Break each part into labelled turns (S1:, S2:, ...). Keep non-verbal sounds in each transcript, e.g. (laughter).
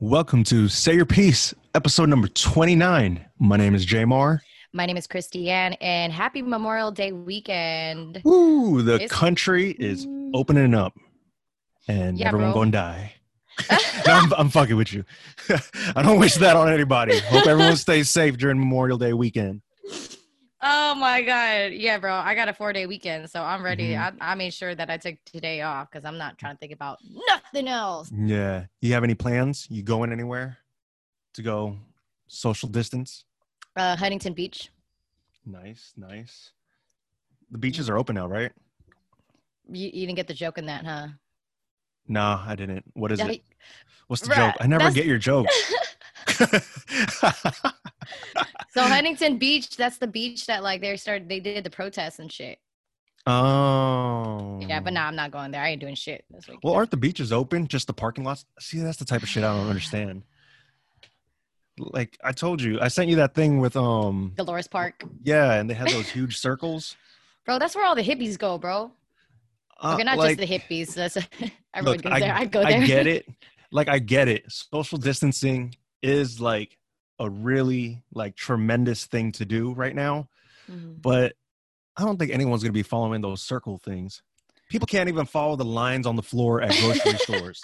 S1: Welcome to Say Your Piece, episode number 29. My name is Jamar.
S2: My name is Christiane, and happy Memorial Day weekend.
S1: Ooh, the
S2: It's-
S1: country is opening up and
S2: Yeah,
S1: everyone
S2: bro.
S1: gonna
S2: (laughs)
S1: die. No, I'm, I'm fucking with you. (laughs) I don't wish that on anybody. Hope
S2: (laughs)
S1: everyone stays safe during Memorial Day weekend.
S2: oh my God. Yeah, bro. I got a four day weekend, so I'm ready. I, I made sure that I took today off because I'm not trying to think about nothing else.
S1: Yeah. You have any plans? You going anywhere to go social distance?
S2: Uh, Huntington Beach.
S1: Nice, nice. The beaches are open now, right?
S2: You, you didn't get the joke in that, huh?
S1: Nah, I didn't. What is it?
S2: Like,
S1: What's the
S2: Bruh,
S1: joke? I never
S2: that's-
S1: get your jokes.
S2: (laughs) so Huntington Beach, that's the beach that like they started, they did the protests and shit.
S1: oh.
S2: Yeah, but nah, I'm not going there. I ain't doing shit this week.
S1: Well, aren't the beaches open? Just the parking lots? See, that's the type of shit I don't understand. Like I told you, I sent you that thing with um
S2: Dolores Park,
S1: yeah, and they had those huge circles.
S2: bro. That's where all the hippies go, bro.
S1: Uh,
S2: (laughs) okay, not
S1: like,
S2: just the hippies. That's (laughs) everyone
S1: Look,
S2: goes
S1: I-
S2: there. I go there.
S1: I
S2: (laughs)
S1: get it. Like I get it. Social distancing is like a really like tremendous thing to do right now,
S2: Mhm.
S1: but I don't think anyone's gonna be following those circle things. People can't even follow the lines on the floor at
S2: (laughs)
S1: grocery stores.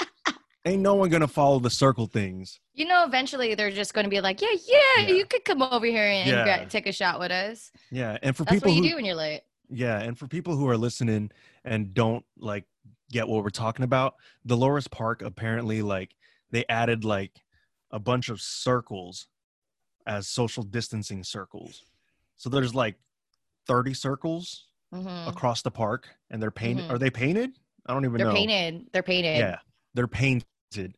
S1: Ain't no one gonna follow the circle things.
S2: You know, eventually they're just going to be like, yeah, yeah,
S1: Yeah.
S2: you could come over here and
S1: Yeah.
S2: gra- take a shot with us.
S1: Yeah, and for
S2: That's
S1: people
S2: what you
S1: who
S2: do when you're late.
S1: Yeah, and for people who are listening and don't like get what we're talking about, Dolores Park apparently like they added like a bunch of circles as social distancing circles. So there's like 30 circles
S2: hmm
S1: across the park and they're painted
S2: Mhm.
S1: are they painted? I don't even
S2: They're
S1: know.
S2: painted. They're painted.
S1: Yeah. They're painted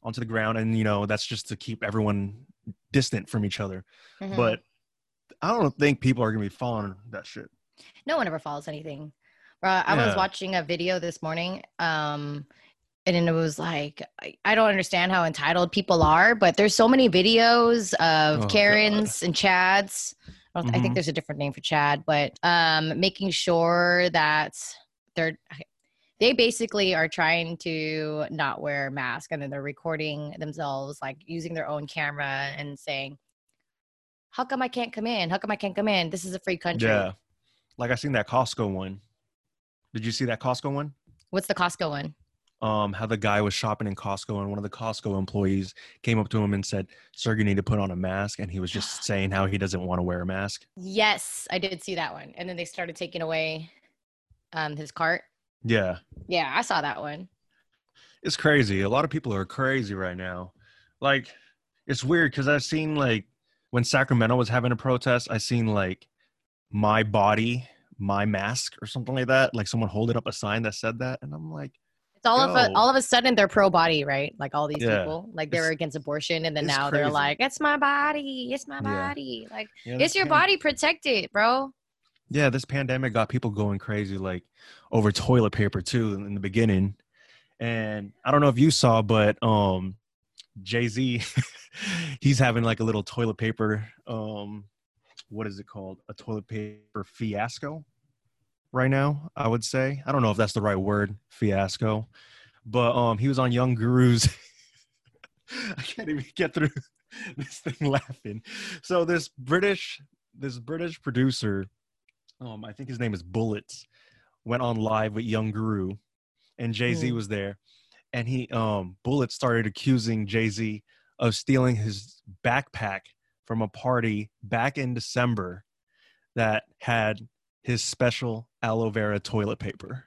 S1: onto the ground and you know that's just to keep everyone distant from each other.
S2: Mhm.
S1: But I don't think people are going to be following that shit.
S2: no one ever follows anything. Bruh, I
S1: Yeah.
S2: was watching a video this morning, um, and then it was like, I- I don't understand how entitled people are, but there's so many videos
S1: Oh,
S2: of
S1: God.
S2: Karens and Chads. I, don't- I
S1: Mhm.
S2: think there's a different name for Chad, but um, making sure that they're they basically are trying to not wear a mask and then they're recording themselves like using their own camera and saying how come i can't come in how come i can't come in this is a free country
S1: Yeah. Like I seen that Costco one. Did you see that Costco one?
S2: what's the costco one
S1: Um, how the guy was shopping in Costco and one of the Costco employees came up to him and said, Sir, you need to put on a mask. And he was just saying how he doesn't want to wear a mask.
S2: Yes, I did see that one. And then they started taking away um his cart.
S1: Yeah.
S2: Yeah, I saw that one.
S1: It's crazy. A lot of people are crazy right now. Like, it's weird because I've seen like when Sacramento was having a protest, I seen like my body, my mask or something like that. Like someone holded up a sign that said that. And I'm like,
S2: It's all of a,
S1: Yo.
S2: all of a sudden they're pro body, right? Like all these
S1: Yeah.
S2: people, like they
S1: It's-
S2: were against abortion, and then
S1: it's
S2: now they're
S1: crazy.
S2: like, "It's my body, it's my
S1: Yeah.
S2: body." Like
S1: yeah,
S2: it's
S1: this
S2: your
S1: pan-
S2: body, protect it, bro.
S1: (laughs) Yeah, this pandemic got people going crazy, like over toilet paper too in the beginning. And I don't know if you saw, but um, Jay Z, (laughs) he's having like a little toilet paper. Um, what is it called? A toilet paper fiasco right now. I would say I don't know if that's the right word, fiasco. But um, he was on Young Guru's. (laughs) I can't even get through (laughs) this thing laughing. So this British, this British producer um, I think his name is Bullets, went on live with Young Guru, and Jay Z
S2: Hmm.
S1: was there, and he um, Bullets started accusing Jay Z of stealing his backpack from a party back in December that had his special aloe vera toilet paper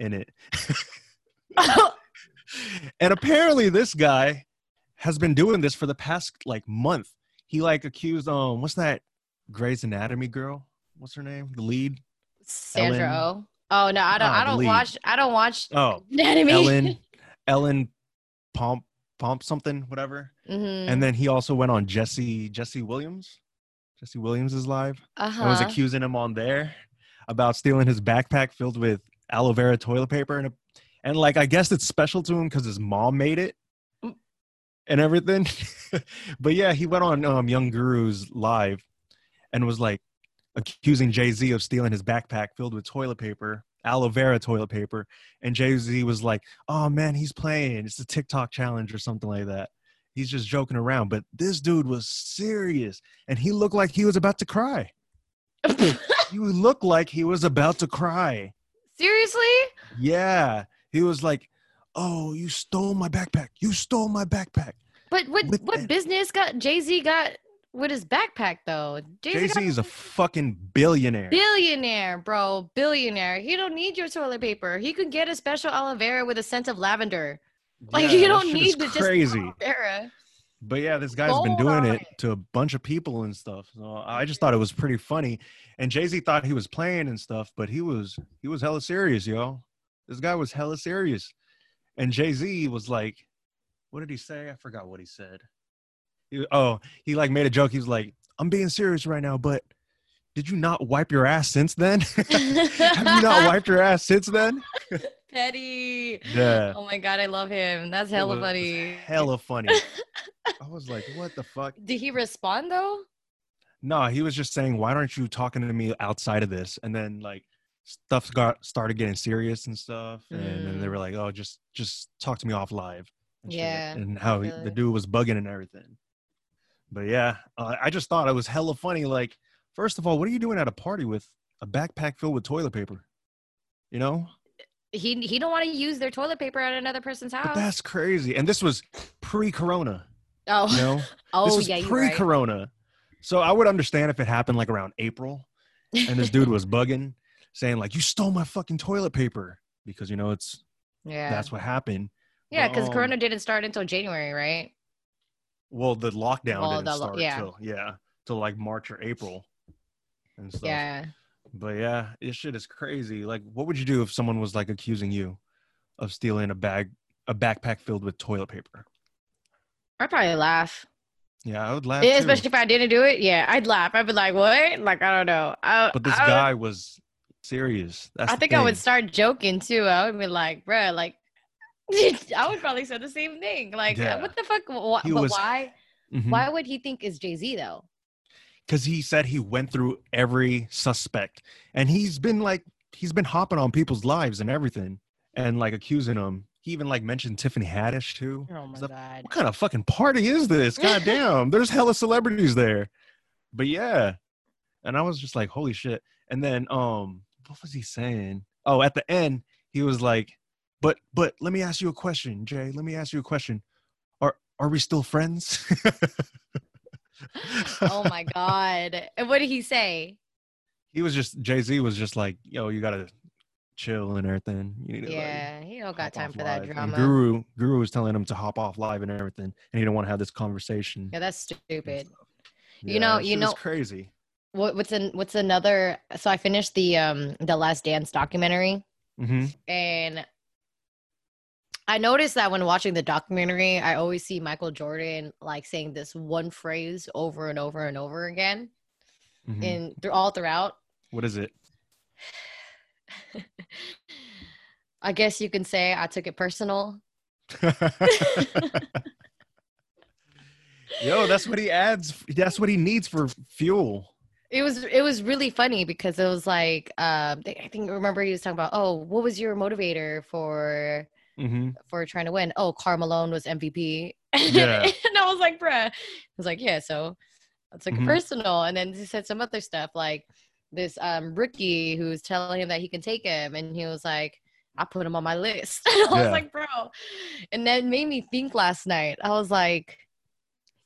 S1: in it, and apparently this guy has been doing this for the past like month. He like accused um, what's that Grey's Anatomy girl? What's her name? The lead.
S2: Sandra
S1: Ellen-
S2: O. Oh no, I don't.
S1: Nah,
S2: I
S1: the
S2: don't
S1: lead.
S2: watch. I don't watch (laughs)
S1: Oh,
S2: anatomy.
S1: Ellen, Ellen, Pomp, Pomp something, whatever.
S2: Mhm.
S1: And then he also went on Jesse, Jesse Williams. Jesse Williams is live.
S2: uh-huh.
S1: I was accusing him on there about stealing his backpack filled with aloe vera toilet paper and a, and like I guess it's special to him because his mom made it
S2: Mm.
S1: and everything. (laughs) but yeah, he went on um, Young Guru's live and was like accusing Jay Z of stealing his backpack filled with toilet paper, aloe vera toilet paper, and Jay Z was like, "Oh man, he's playing. It's a TikTok challenge or something like that." he's just joking around. But this dude was serious, and he looked like he was about to cry. he looked like he was about to cry.
S2: (laughs) Seriously?
S1: Yeah, he was like, "Oh, you stole my backpack! You stole my backpack!"
S2: But what
S1: With
S2: what
S1: that-
S2: business got Jay Z got with his backpack though? Jay
S1: Jay
S2: Z
S1: Z is a fucking billionaire.
S2: billionaire, bro, billionaire. He don't need your toilet paper. He could get a special aloe vera with a scent of lavender. Like
S1: Yeah,
S2: you
S1: that
S2: don't
S1: shit
S2: need
S1: is
S2: the just
S1: crazy.
S2: aloe vera.
S1: But yeah, this guy's been
S2: Gold
S1: doing
S2: on
S1: it to a bunch of people and stuff. So I just thought it was pretty funny. And Jay Z thought he was playing and stuff, but he was he was hella serious, yo. This guy was hella serious. And Jay Z was like, "What did he say? I forgot what he said." He, oh, he like made a joke. He was like, "I'm being serious right now, but did you not wipe your ass since then? (laughs) Have you not
S2: (laughs)
S1: wiped your ass since then?"
S2: Petty.
S1: Yeah.
S2: Oh my god, I love him. That's
S1: It
S2: (laughs) hella
S1: was
S2: funny. (laughs)
S1: Hella funny. I was like, "What the fuck?"
S2: Did he respond though?
S1: No, he was just saying, "Why aren't you talking to me outside of this?" And then like stuff got started getting serious and stuff, and then they
S2: Mm.
S1: were like, "Oh, just just talk to me off live." And shit,
S2: Yeah,
S1: and how he-
S2: feel
S1: the
S2: it.
S1: dude was bugging and everything. But yeah, uh, I just thought it was hella funny. Like, first of all, what are you doing at a party with a backpack filled with toilet paper? You know,
S2: He he don't want to use their toilet paper at another person's
S1: but
S2: house.
S1: that's crazy. And this was pre-corona.
S2: oh, (laughs)
S1: You know, this
S2: oh
S1: was
S2: yeah, you're right.
S1: pre-corona. So I would understand if it happened like around April. and this dude was bugging, saying like, "You stole my fucking toilet paper," because you know it's
S2: (laughs) yeah,
S1: that's what happened.
S2: yeah, because
S1: um,
S2: Corona didn't start until January, right?
S1: Well, the lockdown
S2: Well,
S1: didn't
S2: the lo-
S1: start
S2: yeah.
S1: till yeah, till like March or April, and stuff.
S2: Yeah.
S1: But yeah, this shit is crazy. Like, what would you do if someone was like accusing you of stealing a bag, a backpack filled with toilet paper?
S2: I'd probably laugh.
S1: Yeah, I would laugh.
S2: Yeah,
S1: too.
S2: especially if I didn't do it. Yeah, I'd laugh. I'd be like, what? Like, I don't know. I,
S1: but this
S2: I,
S1: guy was serious. That's
S2: I
S1: the
S2: think I would
S1: thing.
S2: start joking too. I would be like, bruh, like, (laughs) I would probably say the same thing. Like,
S1: Yeah.
S2: what the fuck? Wh-
S1: He
S2: but
S1: was-
S2: why?
S1: Mhm.
S2: Why would he think it's Jay Z though?
S1: because he said he went through every suspect and he's been like he's been hopping on people's lives and everything and like accusing them he even like mentioned tiffany haddish too
S2: Oh my
S1: So-
S2: god.
S1: what kind of fucking party is this god damn there's hella celebrities there but yeah and i was just like holy shit and then um what was he saying oh at the end he was like but but let me ask you a question jay let me ask you a question are are we still friends (laughs)
S2: (laughs) oh my god. And what did he say?
S1: he was just Jay Z was just like, yo, you gotta chill and everything. You need to like,
S2: yeah, he don't
S1: hop
S2: got time
S1: off
S2: for that
S1: live." And
S2: drama.
S1: Guru Guru was telling him to hop off live and everything, and he didn't want to have this conversation.
S2: yeah, that's
S1: and
S2: stupid.
S1: stuff.
S2: You know-
S1: that
S2: you
S1: shit was
S2: know-
S1: crazy.
S2: What, what's an, what's another? So I finished the um the Last Dance documentary.
S1: hmm
S2: and I noticed that when watching the documentary, I always see Michael Jordan like saying this one phrase over and over and over again, and through all throughout.
S1: mm-hmm. What is it? (laughs)
S2: I guess you can say I took it personal.
S1: yo, that's what he adds. That's what he needs for fuel.
S2: It was it was really funny because it was like um, they- I think remember he was talking about oh what was your motivator for
S1: hmm
S2: for trying to win? Oh, Carmelo was (laughs) MVP.
S1: Yeah.
S2: and I was like, bruh. I was like, yeah, so that's like
S1: Mhm.
S2: personal. And then he said some other stuff like this um rookie who was telling him that he can take him. And he was like, I put him on my list. (laughs) I
S1: Yeah.
S2: was like, bro. And that made me think last night. I was like,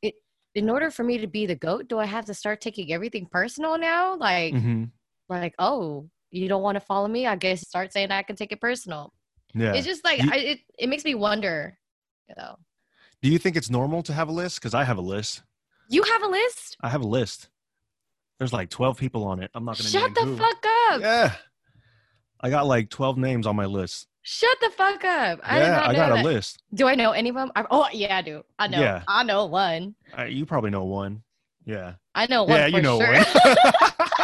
S2: it, in order for me to be the GOAT, do I have to start taking everything personal now? Like,
S1: hmm
S2: like, oh, you don't want to follow me? I guess start saying I can take it personal
S1: Yeah.
S2: it's just like
S1: You-
S2: I, it, it makes me wonder you know
S1: Do you think it's normal to have a list? Because I have a list.
S2: you have a list
S1: I have a list. There's like 12 people on it. I'm not gonna name
S2: shut the
S1: who.
S2: fuck up
S1: Yeah. I got like 12 names on my list.
S2: shut the fuck up i did
S1: yeah,
S2: not
S1: I
S2: know
S1: got
S2: that.
S1: a list.
S2: do i know any of them I, oh yeah i do i know
S1: Yeah.
S2: i know one
S1: I, you probably know one. Yeah.
S2: i know Oh, one
S1: yeah,
S2: for
S1: you know
S2: sure.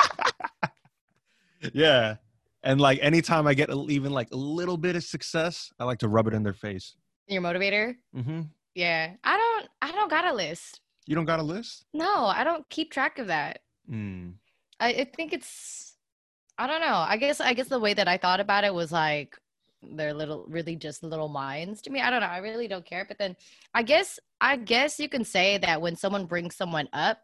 S1: one. (laughs) yeah. And like anytime I get a- even like a little bit of success, I like to rub it in their face.
S2: (laughs) your motivator
S1: hmm
S2: yeah i don't i don't got a list
S1: You don't got a list?
S2: no i don't keep track of that
S1: Mm.
S2: I, I think it's I don't know. I guess I guess the way that I thought about it was like They're little, really just little minds to me. I don't know. I really don't care. But then I guess, I guess you can say that when someone brings someone up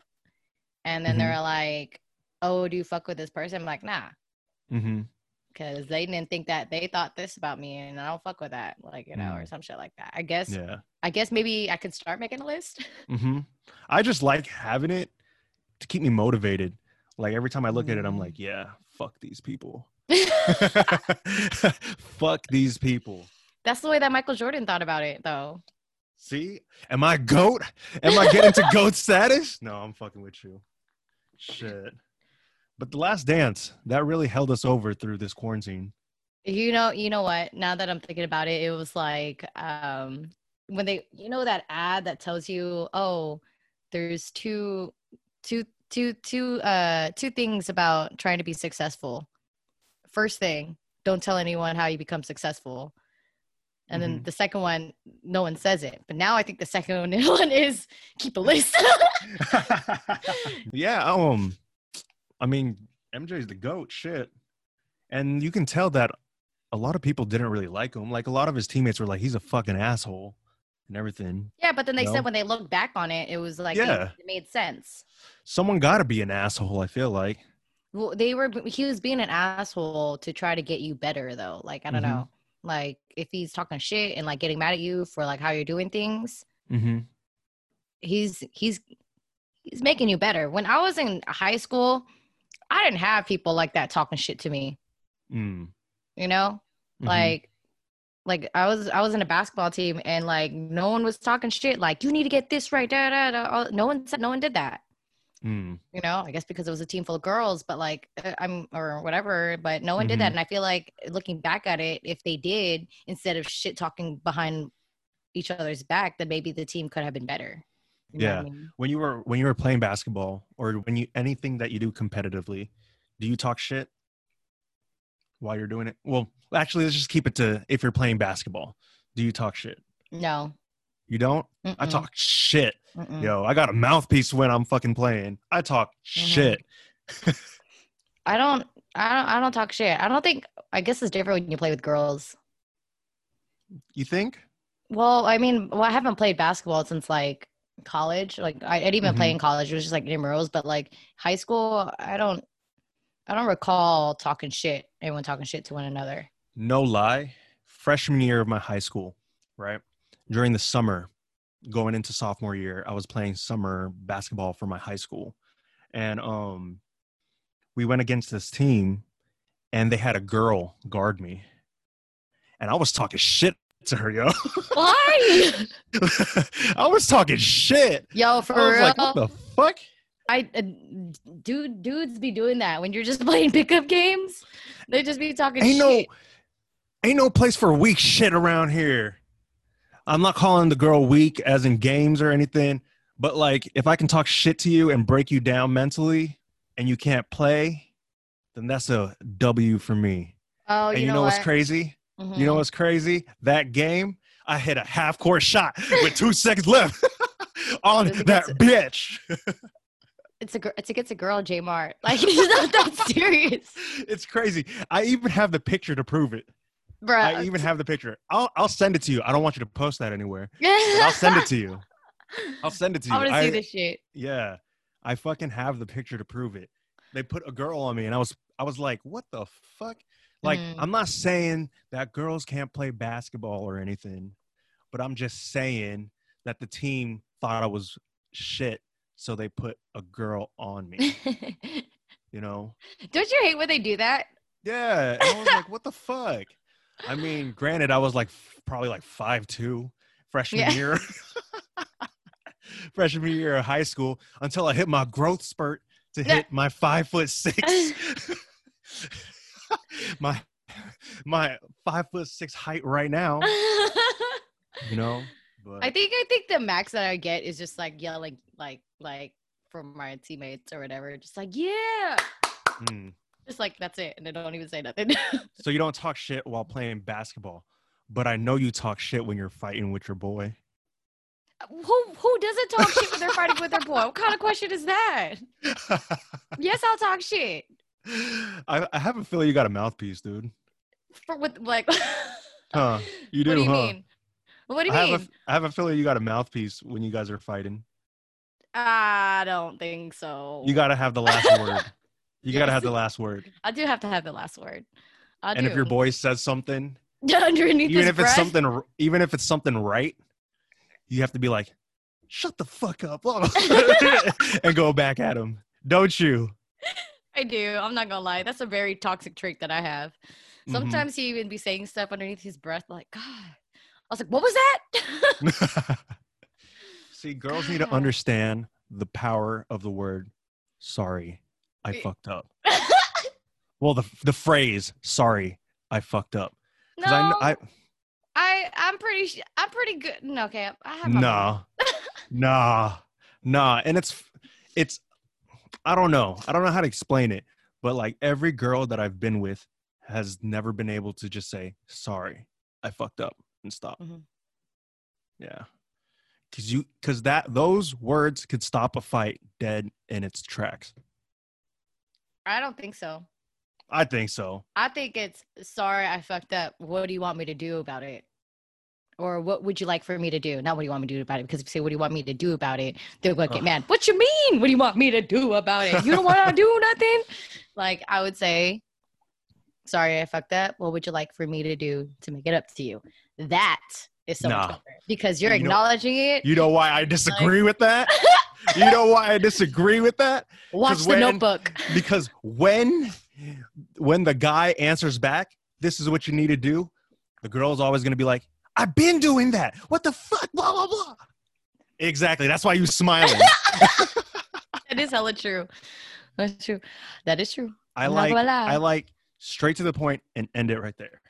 S2: and then they're like, oh, do you fuck with this person? I'm like, nah,
S1: Mm-hmm.
S2: because they didn't think that they thought this about me and I don't fuck with that. Like, you know, or
S1: Mm.
S2: some shit like that. I guess,
S1: Yeah.
S2: I guess maybe I could start making a list. (laughs)
S1: Mm-hmm. I just like having it to keep me motivated. Like every time I look at
S2: Mm.
S1: it, I'm like, yeah, fuck these people. (laughs) fuck these people.
S2: That's the way that Michael Jordan thought about it, though.
S1: See, am I goat? Am I getting to goat status? No, I'm fucking with you. Shit. But the last dance that really held us over through this quarantine.
S2: You know, you know what? Now that I'm thinking about it, it was like um when they you know that ad that tells you, "Oh, there's two two two two uh two things about trying to be successful. First thing, don't tell anyone how you become successful." And then
S1: Mhm.
S2: the second one, no one says it. But now I think the second (laughs) one is keep a list. (laughs)
S1: yeah, um, I mean, MJ's the goat, shit, and you can tell that a lot of people didn't really like him. Like a lot of his teammates were like, "He's a fucking asshole," and everything.
S2: yeah, but then they
S1: No.
S2: said when they looked back on it, it was like
S1: Yeah.
S2: it made sense.
S1: Someone got to be an asshole. I feel like.
S2: Well, they were. He was being an asshole to try to get you better, though. Like I don't
S1: Mhm.
S2: know. Like if he's talking shit and like getting mad at you for like how you're doing things,
S1: Mm-hmm.
S2: he's he's he's making you better. When I was in high school, I didn't have people like that talking shit to me.
S1: Mm.
S2: You know,
S1: Mhm.
S2: like like I was I was in a basketball team and like no one was talking shit. Like you need to get this right, da da da. all- No one said no one did that.
S1: Mm.
S2: you know, I guess because it was a team full of girls, but like uh, I'm or whatever, but no one did
S1: Mhm.
S2: that. And I feel like uh, looking back at it, if they did, instead of shit talking behind each other's back, then maybe the team could have been better. You know what I
S1: Yeah.
S2: mean?
S1: When you were when you were playing basketball, or when you anything that you do competitively, do you talk shit while you're doing it? Well, actually, let's just keep it to if you're playing basketball. Do you talk shit?
S2: No.
S1: You don't. I
S2: Mm-mm.
S1: talk shit.
S2: Mm-mm.
S1: Yo, I got a mouthpiece when I'm fucking playing. I talk shit.
S2: I don't. I don't. I don't talk shit. I don't think. I guess it's different when you play with girls.
S1: You think?
S2: Well, I mean, well, I haven't played basketball since like college. Like I, I didn't even
S1: Mm-hmm.
S2: play in college. It was just like intramurals. But like high school, I don't. I don't recall talking shit. Everyone talking shit to one another.
S1: No lie. Freshman year of my high school, right? During the summer, going into sophomore year, I was playing summer basketball for my high school. And um we went against this team and they had a girl guard me. And I was talking shit to her, yo. (laughs)
S2: Why?
S1: I was talking shit.
S2: (laughs) Yo, for
S1: I was
S2: real,
S1: like, what the fuck?
S2: I uh, dude, dudes be doing that when you're just (laughs) playing pickup games. They just be talking
S1: ain't no
S2: shit.
S1: ain't no place for weak shit around here i'm not calling the girl weak as in games or anything but like if i can talk shit to you and break you down mentally and you can't play then that's a w for me
S2: oh,
S1: and
S2: you,
S1: you know,
S2: know,
S1: what's
S2: what?
S1: crazy you know
S2: Mhm.
S1: what's crazy that game i hit a half court shot with two seconds left (laughs) on
S2: It's
S1: that
S2: against-
S1: bitch (laughs)
S2: It's a gr- it's against a girl, J Mart. (laughs) Like it's not that serious,
S1: it's crazy i even have the picture to prove it
S2: bro.
S1: i even have the picture i'll, I'll send it to you i don't want you to post that anywhere but I'll
S2: (laughs)
S1: send it to you. I'll send it to you.
S2: want to
S1: I-
S2: see this shit.
S1: Yeah, I fucking have the picture to prove it. They put a girl on me, and I was I was like, what the fuck? Like,
S2: Mm.
S1: I'm not saying that girls can't play basketball or anything, but I'm just saying that the team thought I was shit, so they put a girl on
S2: (laughs)
S1: me. You know?
S2: Don't you hate when they do that?
S1: Yeah. And I was like, what the fuck? I mean, granted, I was like f- probably like five two freshman
S2: Yeah.
S1: year, (laughs) freshman year of high school until I hit my growth spurt to
S2: Yeah.
S1: hit my five foot
S2: (laughs)
S1: six, my my five foot six height right
S2: Oh
S1: now.
S2: (laughs)
S1: You know, but
S2: I think I think the max that I get is just like yelling like like from my teammates or whatever, just like yeah,
S1: mm.
S2: just like that's it, and they don't even say nothing. (laughs)
S1: so you don't talk shit while playing basketball, but I know you talk shit when you're fighting with your
S2: (laughs)
S1: boy.
S2: who who doesn't talk shit when they're fighting with their boy? What kind of question is that? Yes, I'll talk shit.
S1: I, I have a feeling you got a mouthpiece, dude.
S2: for with like. (laughs)
S1: Huh? You do,
S2: what do you
S1: huh?
S2: mean? What do you
S1: I
S2: mean?
S1: have a, I have a feeling you got a mouthpiece when you guys are fighting.
S2: I don't think so.
S1: You got to have the
S2: (laughs)
S1: last word. You got to have the last word.
S2: I do have to have the last word. I
S1: and
S2: do.
S1: if your boy says something,
S2: (laughs) underneath
S1: even
S2: his
S1: if it's
S2: breath,
S1: something, r- even if it's something right, you have to be like, "Shut the fuck up," (laughs) and go back at him. Don't you?
S2: I do. I'm not gonna lie. That's a very toxic trait that I have.
S1: Mhm.
S2: Sometimes he even be saying stuff underneath his breath, like God. I was like, what was that? (laughs)
S1: (laughs) See, girls need to
S2: (sighs) God.
S1: understand the power of the word sorry, I
S2: Y-
S1: fucked
S2: (laughs)
S1: up. Well, the the phrase sorry, I fucked up.
S2: no,
S1: 'Cause I kn-
S2: I,
S1: I,
S2: I, am pretty, sh- I'm pretty good. No, okay, I- I have my.
S1: nah, nah, nah. And it's, it's, I don't know. I don't know how to explain it, but like every girl that I've been with has never been able to just say, sorry, I fucked up and stop.
S2: Mhm.
S1: Yeah. Cause you, cause that, those words could stop a fight dead in its tracks.
S2: I don't think so.
S1: I think so.
S2: I think it's sorry I fucked up. What do you want me to do about it? Or what would you like for me to do? Not what do you want me to do about it? Because if you say what do you want me to do about it, they're gonna get
S1: Ugh.
S2: mad. What you mean? What do you want me to do about it? You don't want to
S1: (laughs)
S2: do nothing. Like I would say, sorry I fucked up. What would you like for me to do to make it up to you? That is so much
S1: Nah.
S2: better because you're
S1: You know-
S2: acknowledging it.
S1: You know why I disagree with that? You know why I disagree with that?
S2: Watch the
S1: when-
S2: notebook.
S1: because when when the guy answers back this is what you need to do the girl's always going to be like i've been doing that what the fuck blah blah blah exactly that's why you
S2: (laughs)
S1: smiling
S2: (laughs) That is hella true. That's true. That is true.
S1: i
S2: Not
S1: like
S2: gonna lie.
S1: i like straight to the point and end it right there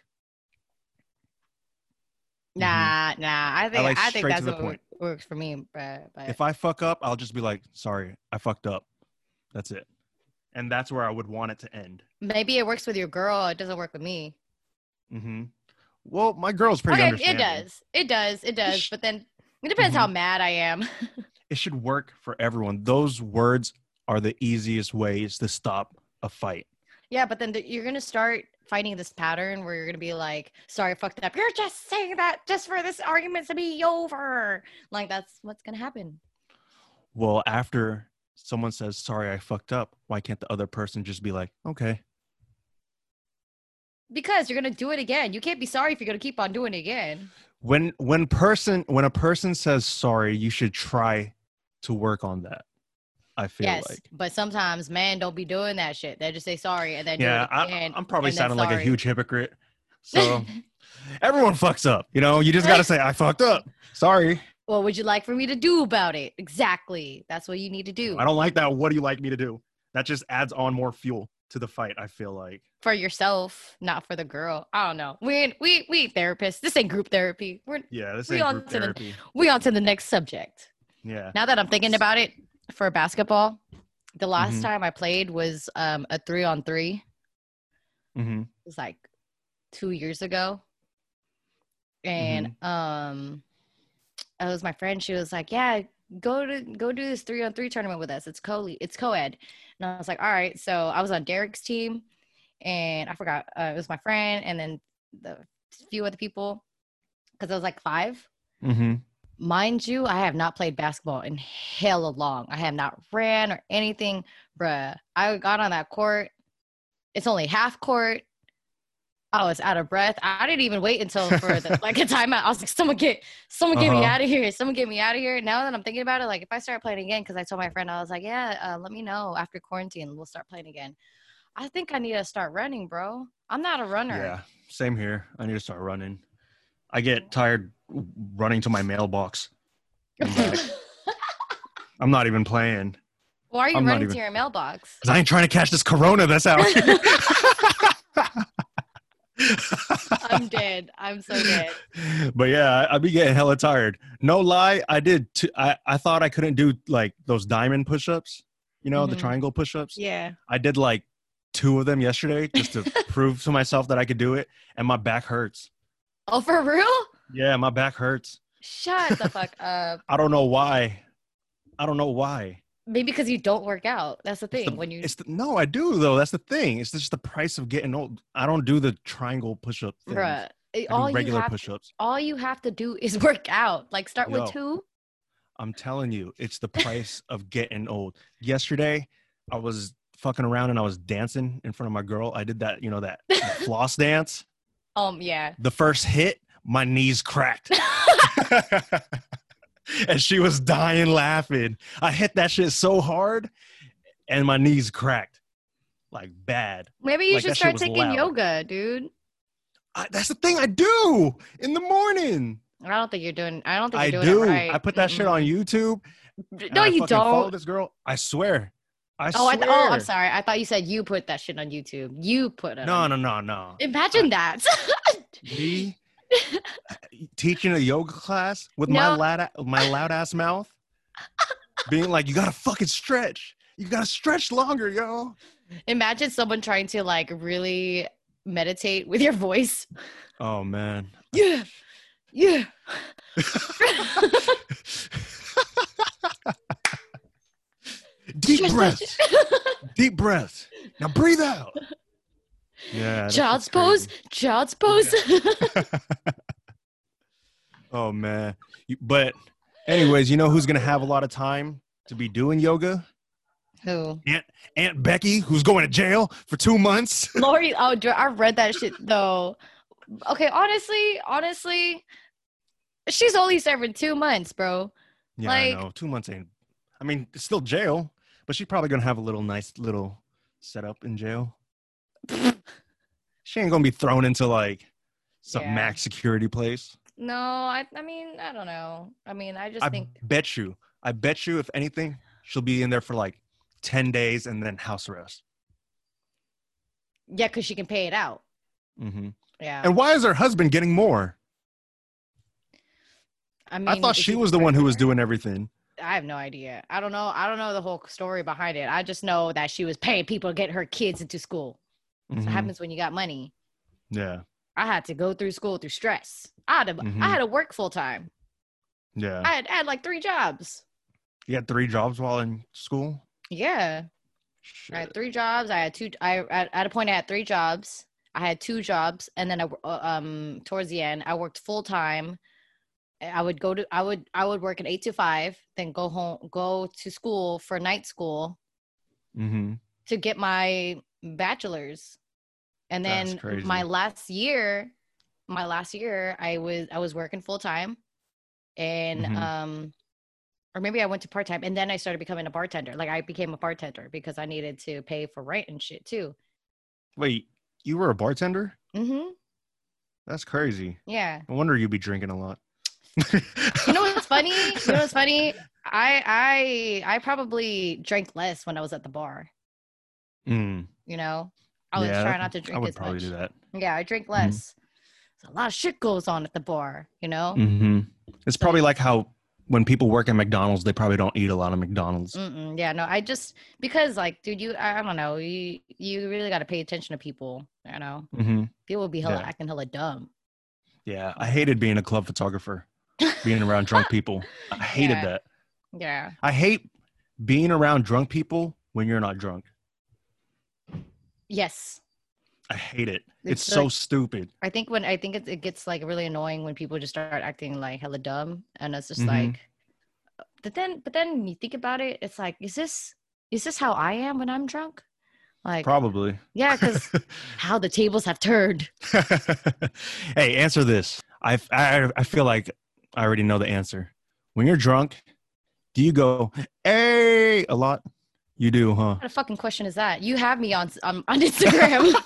S2: Nah, nah. I think
S1: Mm-hmm.
S2: I,
S1: like
S2: think
S1: straight to
S2: that's
S1: the
S2: what
S1: point.
S2: wor- works for me. But, but
S1: if i fuck up i'll just be like sorry i fucked up that's it and that's where i would want it to end
S2: maybe it works with your girl, it doesn't work with me.
S1: hmm well my girl's pretty
S2: Okay, it
S1: understanding
S2: does. It does. It does. But then it depends
S1: Mm-hmm.
S2: how mad I am. (laughs)
S1: it should work for everyone those words are the easiest ways to stop a fight
S2: yeah, but then th- you're gonna start finding this pattern where you're gonna be like, "Sorry, I fucked up. You're just saying that just for this argument to be over." Like that's what's gonna happen.
S1: Well, after someone says, sorry, I fucked up, why can't the other person just be like, okay?
S2: Because you're gonna do it again. You can't be sorry if you're gonna keep on doing it again.
S1: When when person when a person says sorry, you should try to work on that. I feel
S2: yes,
S1: like.
S2: but sometimes man don't be doing that shit. They just say sorry and then
S1: Yeah,
S2: do it
S1: I,
S2: again.
S1: I'm probably
S2: and then
S1: sounding like a
S2: sorry.
S1: huge hypocrite.
S2: (laughs)
S1: So everyone fucks up, you know. You just gotta say, "I fucked up." Sorry,
S2: what would you like for me to do about it? Exactly. That's what you need to do
S1: I don't like that. What do you like me to do? That just adds on more fuel to the fight. I feel like.
S2: for yourself, not for the girl. I don't know. We ain't, we we ain't therapists. This ain't group therapy. We're
S1: Yeah, this
S2: We
S1: ain't
S2: on
S1: group
S2: to the-
S1: therapy.
S2: we on to the next subject.
S1: Yeah.
S2: Now that I'm thinking about it, for basketball, the last
S1: Mhm.
S2: time I played was um, a three on three.
S1: Mm-hmm.
S2: It was like two years ago. And um it was my friend, she was like, Yeah, go to go do this three on three tournament with us. It's co it's co ed. And I was like, All right. So I was on Derek's team and I forgot uh, it was my friend and then the few other people because I was like five.
S1: Mm-hmm.
S2: Mind you, I have not played basketball in hella long. I have not ran or anything, bruh. I got on that court. It's only half court. I was out of breath. I didn't even wait until for
S1: (laughs)
S2: the, like a timeout. I was like, "Someone get, someone get me
S1: Uh-huh.
S2: out of here! Someone get me out of here!" Now that I'm thinking about it, like if I start playing again, because I told my friend I was like, "Yeah, uh, let me know after quarantine. We'll start playing again." I think I need to start running, bro. I'm not a runner.
S1: Yeah, same here. I need to start running. I get tired running to my mailbox.
S2: (laughs)
S1: I'm back. I'm not even playing 'Cause
S2: Why are you
S1: I'm not
S2: running
S1: even-
S2: to your mailbox?
S1: I ain't trying to catch this corona that's out here.
S2: I'm dead. I'm so dead.
S1: (laughs) but yeah, I, I be getting hella tired. No lie, I did. T- I I thought I couldn't do like those diamond push-ups. You know, the
S2: Mhm.
S1: triangle push-ups.
S2: Yeah.
S1: I did like two of them yesterday just to prove to myself that I could do it, and my back hurts.
S2: Oh, for real?
S1: Yeah, my back hurts.
S2: Shut the fuck up.
S1: I don't know why. I don't know why.
S2: Maybe because you don't work out. That's the thing.
S1: It's the-
S2: when you
S1: it's the, no, I do though. That's the thing. It's just the price of getting old. I don't do the triangle push-up thing.
S2: bruh,
S1: I
S2: it-
S1: do
S2: all you
S1: regular
S2: have
S1: push-ups.
S2: all you have to do is (laughs) work out. Like start
S1: Yo.
S2: with
S1: (laughs)
S2: two.
S1: I'm telling you, it's
S2: (laughs)
S1: the price of getting old. Yesterday, I was fucking around and I was dancing in front of my girl. I did that, you know, that
S2: (laughs)
S1: floss dance.
S2: Um, yeah. (laughs)
S1: The first hit, my knees cracked. (laughs) and she was dying laughing. I hit that shit so hard and my knees cracked. Like bad.
S2: Maybe you
S1: Like,
S2: should
S1: that shit
S2: start
S1: was
S2: taking
S1: loud.
S2: yoga, dude.
S1: I, that's the thing I do in the morning.
S2: I don't think you're doing. I don't think
S1: I
S2: you're doing
S1: do.
S2: it right.
S1: I put that shit
S2: Mm-mm.
S1: on YouTube. and
S2: No,
S1: I
S2: you
S1: fucking Follow
S2: don't.
S1: this girl. I swear. I
S2: oh,
S1: swear.
S2: I th- oh, I'm sorry. I thought you said you put that shit on YouTube. You put it.
S1: No,
S2: on-
S1: no, no, no.
S2: Imagine that.
S1: Me teaching a yoga class with my
S2: No.
S1: loud, my loud ass mouth, being like, "You gotta fucking stretch. You gotta stretch longer, yo."
S2: (laughs) Imagine someone trying to like really meditate with your voice.
S1: Oh man.
S2: Yeah.
S1: (laughs)
S2: Yeah.
S1: deep breaths. Deep breaths. Now breathe out. Yeah. that
S2: Child's
S1: shit's crazy.
S2: pose. Child's pose. (laughs)
S1: Oh man. You- But anyways, you know who's gonna have a lot of time to be doing yoga?
S2: Who?
S1: Aunt Becky, who's going to jail for two months.
S2: Lori. Oh, dr- I read that shit though. Okay, honestly, honestly, she's only serving two months, bro.
S1: Yeah,
S2: Like-
S1: I know. Two months ain't. I mean, it's still jail, but she's probably gonna have a little nice little setup in jail. she ain't gonna be thrown into like some
S2: Yeah.
S1: max security place.
S2: No, I, I mean, I don't know. I mean, I just
S1: I
S2: think
S1: bet you. I bet you, if anything, she'll be in there for like ten days and then house arrest.
S2: yeah, because she can pay it out.
S1: hmm
S2: Yeah,
S1: And why is her husband getting more?
S2: I mean,
S1: I thought
S2: if
S1: she
S2: you
S1: was the one who was
S2: compare-
S1: doing everything.
S2: I have no idea. I don't know. I don't know the whole story behind it. I just know that she was paying people to get her kids into school. That's
S1: Mhm.
S2: what happens when you got money.
S1: Mm-hmm. Yeah,
S2: I had to go through school through stress. I had to,
S1: Mhm.
S2: I had to work full time.
S1: yeah.
S2: I had, I had like three jobs.
S1: you had three jobs while in school.
S2: Yeah. I had
S1: Shit.
S2: three jobs. I had two. I at, at a point I had three jobs. I had two jobs, and then I wo- uh, um towards the end I worked full time. I would go to I would I would work at eight to five, then go home, go to school for night school
S1: Mm-hmm.
S2: to get my bachelor's, and
S1: That's
S2: then my
S1: crazy.
S2: last year, my last year I was I was working full time, and
S1: Mhm.
S2: um, or maybe I went to part time, and then I started becoming a bartender. Like I became a bartender because I needed to pay for rent and shit too.
S1: Wait, you were a bartender?
S2: Mm-hmm.
S1: That's crazy.
S2: Yeah.
S1: No wonder you be drinking a lot.
S2: You know what's funny? You know what's funny? I I I probably drank less when I was at the bar.
S1: (laughs) Mm,
S2: You know, I was
S1: yeah,
S2: trying
S1: that-
S2: not to
S1: I
S2: drink
S1: would
S2: as
S1: probably
S2: much.
S1: do that.
S2: Yeah, I drink less. So a lot of shit goes on at the bar. You know.
S1: hmm It's
S2: So-
S1: probably like how when people work at McDonald's, they probably don't eat a lot of McDonald's.
S2: Mm-mm, yeah. No, I just because like, dude, you I, I don't know. You you really got to pay attention to people. You know,
S1: hmm
S2: people be hella
S1: Yeah.
S2: acting hella dumb.
S1: Yeah, I hated being a club photographer, being around drunk people.
S2: (laughs)
S1: I hated
S2: Yeah.
S1: that.
S2: Yeah.
S1: I hate being around drunk people when you're not drunk.
S2: Yes.
S1: I hate it. It's,
S2: It's
S1: so
S2: like-
S1: stupid.
S2: I think when I think it, it gets like really annoying when people just start acting like hella dumb, and it's just
S1: Mhm.
S2: like, but then but then when you think about it, it's like, is this is this how I am when I'm drunk? Like,
S1: Probably.
S2: yeah, because how the tables have turned.
S1: (laughs) hey, answer this. I, I I feel like I already know the answer. When you're drunk, do you go hey a lot? You do, huh?
S2: What a fucking question is that? You have me on on, on (laughs) Instagram.
S1: (laughs)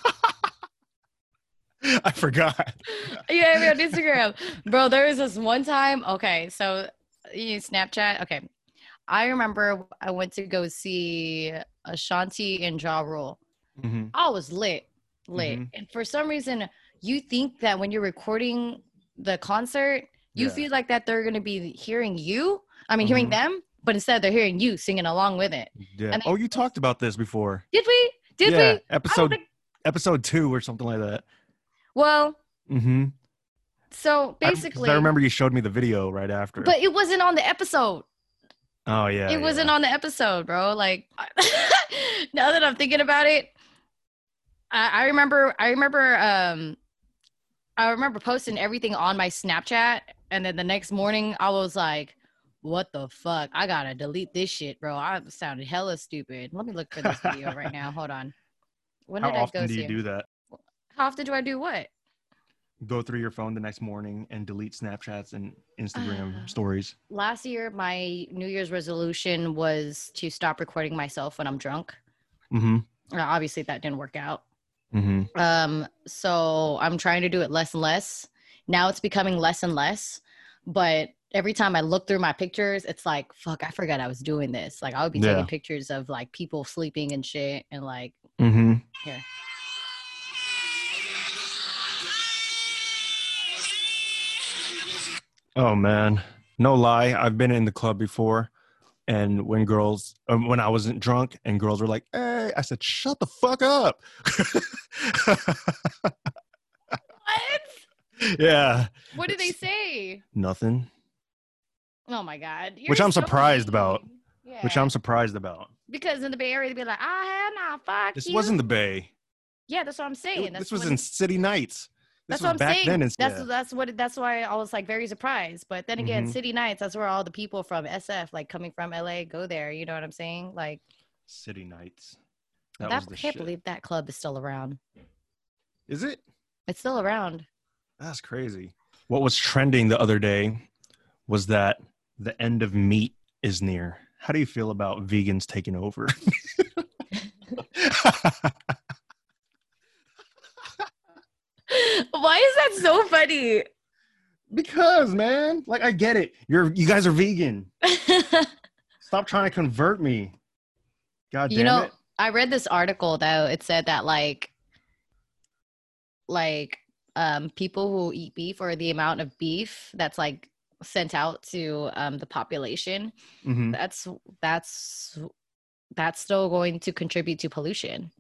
S1: I forgot.
S2: you have me on Instagram, bro. There was this one time. Okay, so you Snapchat. Okay, I remember I went to go see Ashanti and Ja Rule.
S1: hmm
S2: I was lit, lit.
S1: Mhm.
S2: And for some reason, you think that when you're recording the concert, you
S1: Yeah.
S2: feel like that they're gonna be hearing you. I mean, hearing
S1: Mhm.
S2: them, but instead they're hearing you singing along with it.
S1: Yeah.
S2: And I-
S1: oh, you talked about this before.
S2: Did we? Did
S1: yeah,
S2: we? I don't
S1: episode
S2: think-
S1: episode two or something like that.
S2: well,
S1: Mm-hmm.
S2: so basically,
S1: I, remember you showed me the video right after.
S2: but it wasn't on the episode.
S1: Oh yeah.
S2: it wasn't
S1: yeah.
S2: on the episode, bro. Like (laughs) now that I'm thinking about it, I, I remember I remember um I remember posting everything on my Snapchat and then the next morning I was like, what the fuck? I gotta delete this shit, bro. I sounded hella stupid. Let me look for this
S1: (laughs)
S2: video right now. Hold on. When
S1: How
S2: did I
S1: often
S2: go
S1: do
S2: to?
S1: you do that?
S2: How often do I do what?
S1: Go through your phone the next morning and delete Snapchats and Instagram
S2: Uh.
S1: stories.
S2: Last year my New Year's resolution was to stop recording myself when I'm drunk.
S1: Mm-hmm.
S2: Uh, Obviously that didn't work out.
S1: Mm-hmm.
S2: Um, so I'm trying to do it less and less. Now it's becoming less and less, but every time I look through my pictures, it's like, fuck, I forgot I was doing this. Like I would be
S1: Yeah.
S2: taking pictures of like people sleeping and shit and like
S1: Mm-hmm.
S2: here.
S1: Oh man, no lie, I've been in the club before, and when girls, um, when I wasn't drunk, and girls were like, "Hey," I said, "Shut the fuck up." (laughs)
S2: What?
S1: yeah,
S2: What
S1: did they
S2: say?
S1: nothing.
S2: Oh my god.
S1: Which I'm so surprised mean. about.
S2: Yeah.
S1: Which I'm surprised about.
S2: because in the Bay Area they'd be like, ah hell nah, fuck.
S1: This
S2: you.
S1: wasn't the Bay.
S2: Yeah, that's what I'm
S1: It-
S2: saying.
S1: this
S2: that's
S1: was
S2: what-
S1: in City Nights. This
S2: That's
S1: was
S2: what I'm
S1: back
S2: saying.
S1: then.
S2: that's
S1: instead.
S2: that's what that's why I was like very surprised. But then again,
S1: Mhm.
S2: City Nights, that's where all the people from SF, like coming from LA, go there. You know what I'm saying? Like
S1: City Nights. That,
S2: that
S1: was
S2: I
S1: the
S2: can't
S1: shit.
S2: believe that club is still around.
S1: Is it?
S2: It's still around. (laughs)
S1: That's crazy. What was trending the other day was that the end of meat is near. How do you feel about vegans taking over? (laughs)
S2: why is
S1: (laughs)
S2: that so funny?
S1: because man, like I get it. You're you guys are vegan. Ah, Stop trying to convert me. God damn
S2: (laughs) you know,
S1: it.
S2: I read this article though. It said that like like um people who eat beef or the amount of beef that's like sent out to um the population
S1: Mhm.
S2: that's that's that's still going to contribute to pollution.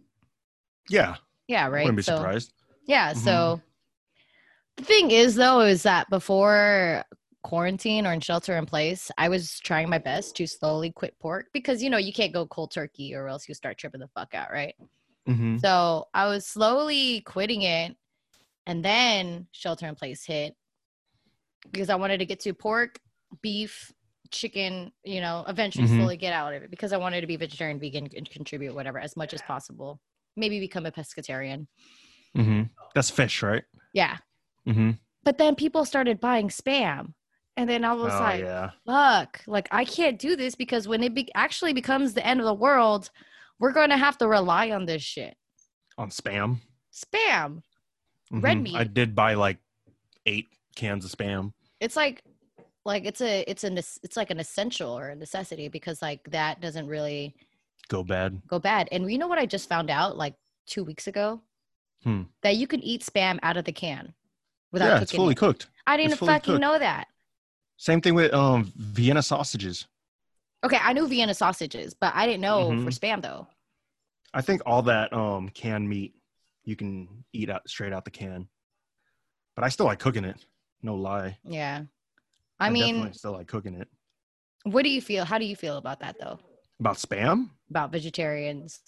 S1: Yeah,
S2: Yeah, right.
S1: wouldn't be
S2: so
S1: surprised.
S2: yeah,
S1: Mhm.
S2: so the thing is though is that before quarantine or in shelter in place, I was trying my best to slowly quit pork because you know you can't go cold turkey or else you start tripping the fuck out, right?
S1: Mm-hmm.
S2: So I was slowly quitting it, and then shelter in place hit because I wanted to get to pork, beef, chicken. You know, eventually
S1: Mhm.
S2: slowly get out of it because I wanted to be vegetarian, vegan, and contribute whatever as much as possible. Maybe become a pescatarian.
S1: Mm-hmm. That's fish, right?
S2: Yeah,
S1: Mm-hmm.
S2: but then people started buying spam, and then I
S1: Oh
S2: was like,
S1: yeah.
S2: "Fuck! Like I can't do this because when it be- actually becomes the end of the world, we're going to have to rely on this shit."
S1: On spam.
S2: Spam. Red
S1: Mhm. I
S2: meat.
S1: did buy like eight cans of spam.
S2: it's like like it's a it's an es- it's like an essential or a necessity because like that doesn't really
S1: Go bad.
S2: go bad and you know what i just found out like two weeks ago
S1: Hmm.
S2: that you can eat spam out of the can without
S1: yeah,
S2: cooking
S1: it's fully
S2: it.
S1: cooked.
S2: i didn't
S1: fully
S2: fucking
S1: cooked.
S2: know that
S1: Same thing with um Vienna sausages.
S2: okay i knew vienna sausages but i didn't know for
S1: Mhm.
S2: spam though
S1: I think all that um canned meat you can eat out straight out the can. But I still like cooking it. No lie.
S2: yeah i, mean
S1: definitely still like cooking it.
S2: what do you feel how do you feel about that though
S1: About spam?
S2: about vegetarians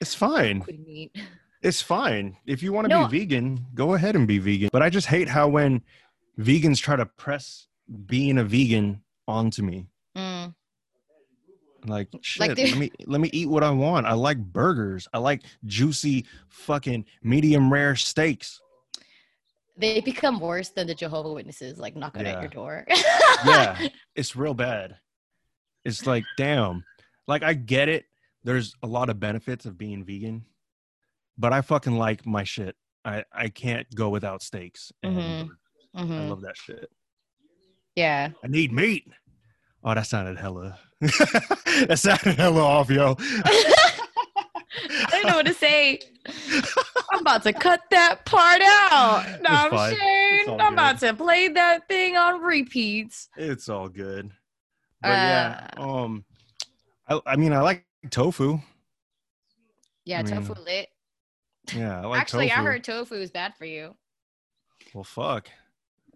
S1: It's fine.
S2: quitting meat
S1: It's fine. If you want to
S2: No.
S1: be vegan, go ahead and be vegan. But I just hate how when vegans try to press being a vegan onto me.
S2: Mm,
S1: Like shit.
S2: they-
S1: let me let me eat what I want. I like burgers. I like juicy fucking medium rare steaks.
S2: they become worse than the jehovah witnesses like knocking
S1: Yeah.
S2: at your door (laughs)
S1: yeah, it's real bad. It's like, damn. Like I get it. There's a lot of benefits of being vegan, but I fucking like my shit. I I can't go without steaks. And
S2: Mhm.
S1: I
S2: Mhm.
S1: love that shit.
S2: yeah
S1: I need meat. Oh, that sounded hella. (laughs) that sounded hella off, yo.
S2: (laughs) I didn't know what to say. I'm about to cut that part out.
S1: It's
S2: No, I'm
S1: fine. It's
S2: Shane.
S1: all
S2: I'm
S1: good.
S2: about to play that thing on repeats.
S1: It's all good. But yeah,
S2: Uh.
S1: um, I I mean I like tofu.
S2: Yeah,
S1: I mean,
S2: tofu lit.
S1: Yeah, I like
S2: Actually,
S1: tofu.
S2: I heard tofu is bad for you.
S1: Well, fuck.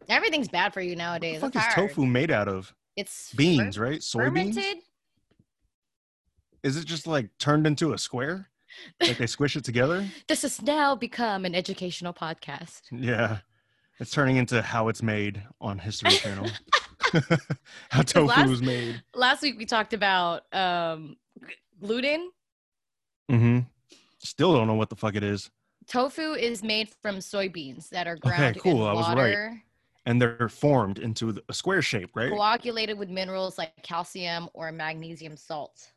S2: Everything's bad for you nowadays.
S1: What the
S2: It's
S1: fuck is
S2: hard.
S1: tofu made out of?
S2: It's
S1: Beans,
S2: fer-
S1: right? Soybeans.
S2: fermented
S1: Is it just like turned into a square? Like they squish it together?
S2: This has now become an educational podcast.
S1: Yeah. It's turning into how it's made on History
S2: (laughs)
S1: Channel. (laughs) how tofu
S2: last-
S1: was made.
S2: Last week we talked about um, gluten.
S1: Mm-hmm. Still don't know what the fuck it is.
S2: Tofu is made from soybeans that are
S1: Okay,
S2: ground in
S1: cool. I was right.
S2: water,
S1: And they're formed into the- a square shape, right?
S2: coagulated with minerals like calcium or magnesium salt.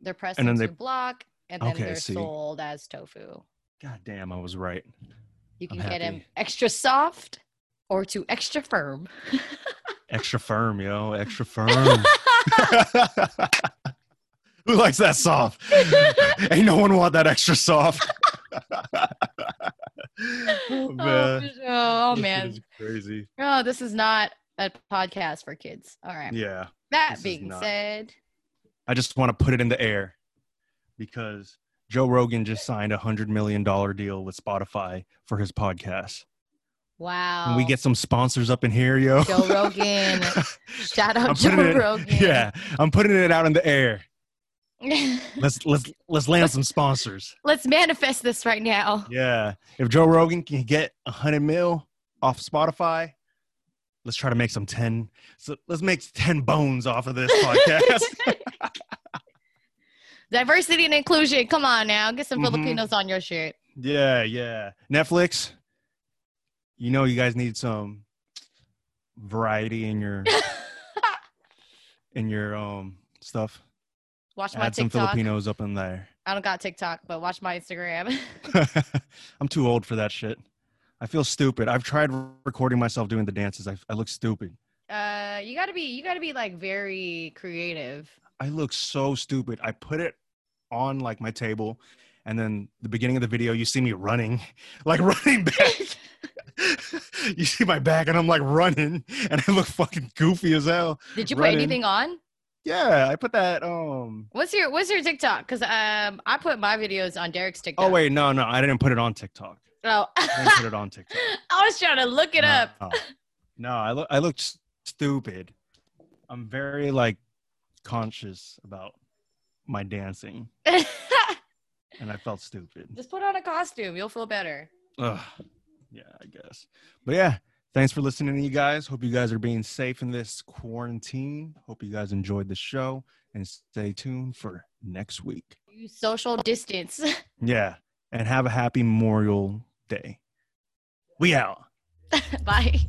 S2: They're pressed
S1: And then
S2: into
S1: they-
S2: a block, and then
S1: Okay, I
S2: they're
S1: see.
S2: sold as tofu.
S1: God damn, I was right.
S2: You
S1: I'm
S2: can get them
S1: happy.
S2: extra soft or to extra firm. (laughs)
S1: Extra firm, yo. Extra firm. (laughs) Who likes that
S2: (laughs)
S1: soft? Ain't no one want that extra soft. oh, man.
S2: oh, for sure. (laughs) Oh,
S1: This
S2: man.
S1: is crazy.
S2: Oh, this is not a podcast for kids. All right.
S1: Yeah.
S2: that
S1: this is
S2: being
S1: not.
S2: said,
S1: I just want to put it in the air because Joe Rogan just signed a hundred million dollar deal with Spotify for his podcast.
S2: wow.
S1: Can we get some sponsors up in here, yo? (laughs)
S2: Joe Rogan. Shout out
S1: I'm
S2: Joe
S1: putting it-
S2: Rogan.
S1: yeah, I'm putting it out in the air. Let's let's let's land some sponsors.
S2: (laughs) Let's manifest this right now.
S1: Yeah. If Joe Rogan can get a hundred mil off Spotify, let's try to make some ten. So let's make ten bones off of
S2: (laughs)
S1: this podcast.
S2: Diversity and inclusion. Come on now. Get some
S1: Mhm.
S2: Filipinos on your shit.
S1: yeah, yeah. Netflix, you know you guys need some variety in
S2: (laughs)
S1: your in your um stuff.
S2: (laughs) Watch my
S1: Add some
S2: TikTok.
S1: Filipinos up in there. (laughs)
S2: I don't got TikTok, but watch my Instagram. (laughs)
S1: I'm too old for that shit. I feel stupid. I've tried recording myself doing the dances. I, I look stupid.
S2: uh, you gotta be you gotta be like very creative. (laughs)
S1: I look so stupid. I put it on like my table, and then the beginning of the video, you see me running, (laughs) like running back. (laughs) you see my back, and I'm like running, and I look fucking goofy as hell.
S2: Did you put
S1: Running.
S2: anything on?
S1: Yeah, I put that. Um.
S2: What's your what's your TikTok? Because um I put my videos on Derek's TikTok.
S1: Oh wait, no, no, I didn't put it on TikTok.
S2: (laughs) Oh. (laughs)
S1: I didn't put it on TikTok.
S2: I was trying to look it up. (laughs)
S1: No, No, I look. I look s- stupid. I'm very like conscious about my dancing,
S2: Just
S1: and I felt stupid.
S2: put on a costume. You'll feel better.
S1: Ugh. Yeah, I guess. But yeah, thanks for listening, you guys. Hope you guys are being safe in this quarantine. Hope you guys enjoyed the show and stay tuned for next week.
S2: You social distance. (laughs)
S1: Yeah, and have a happy Memorial Day. We out.
S2: Bye.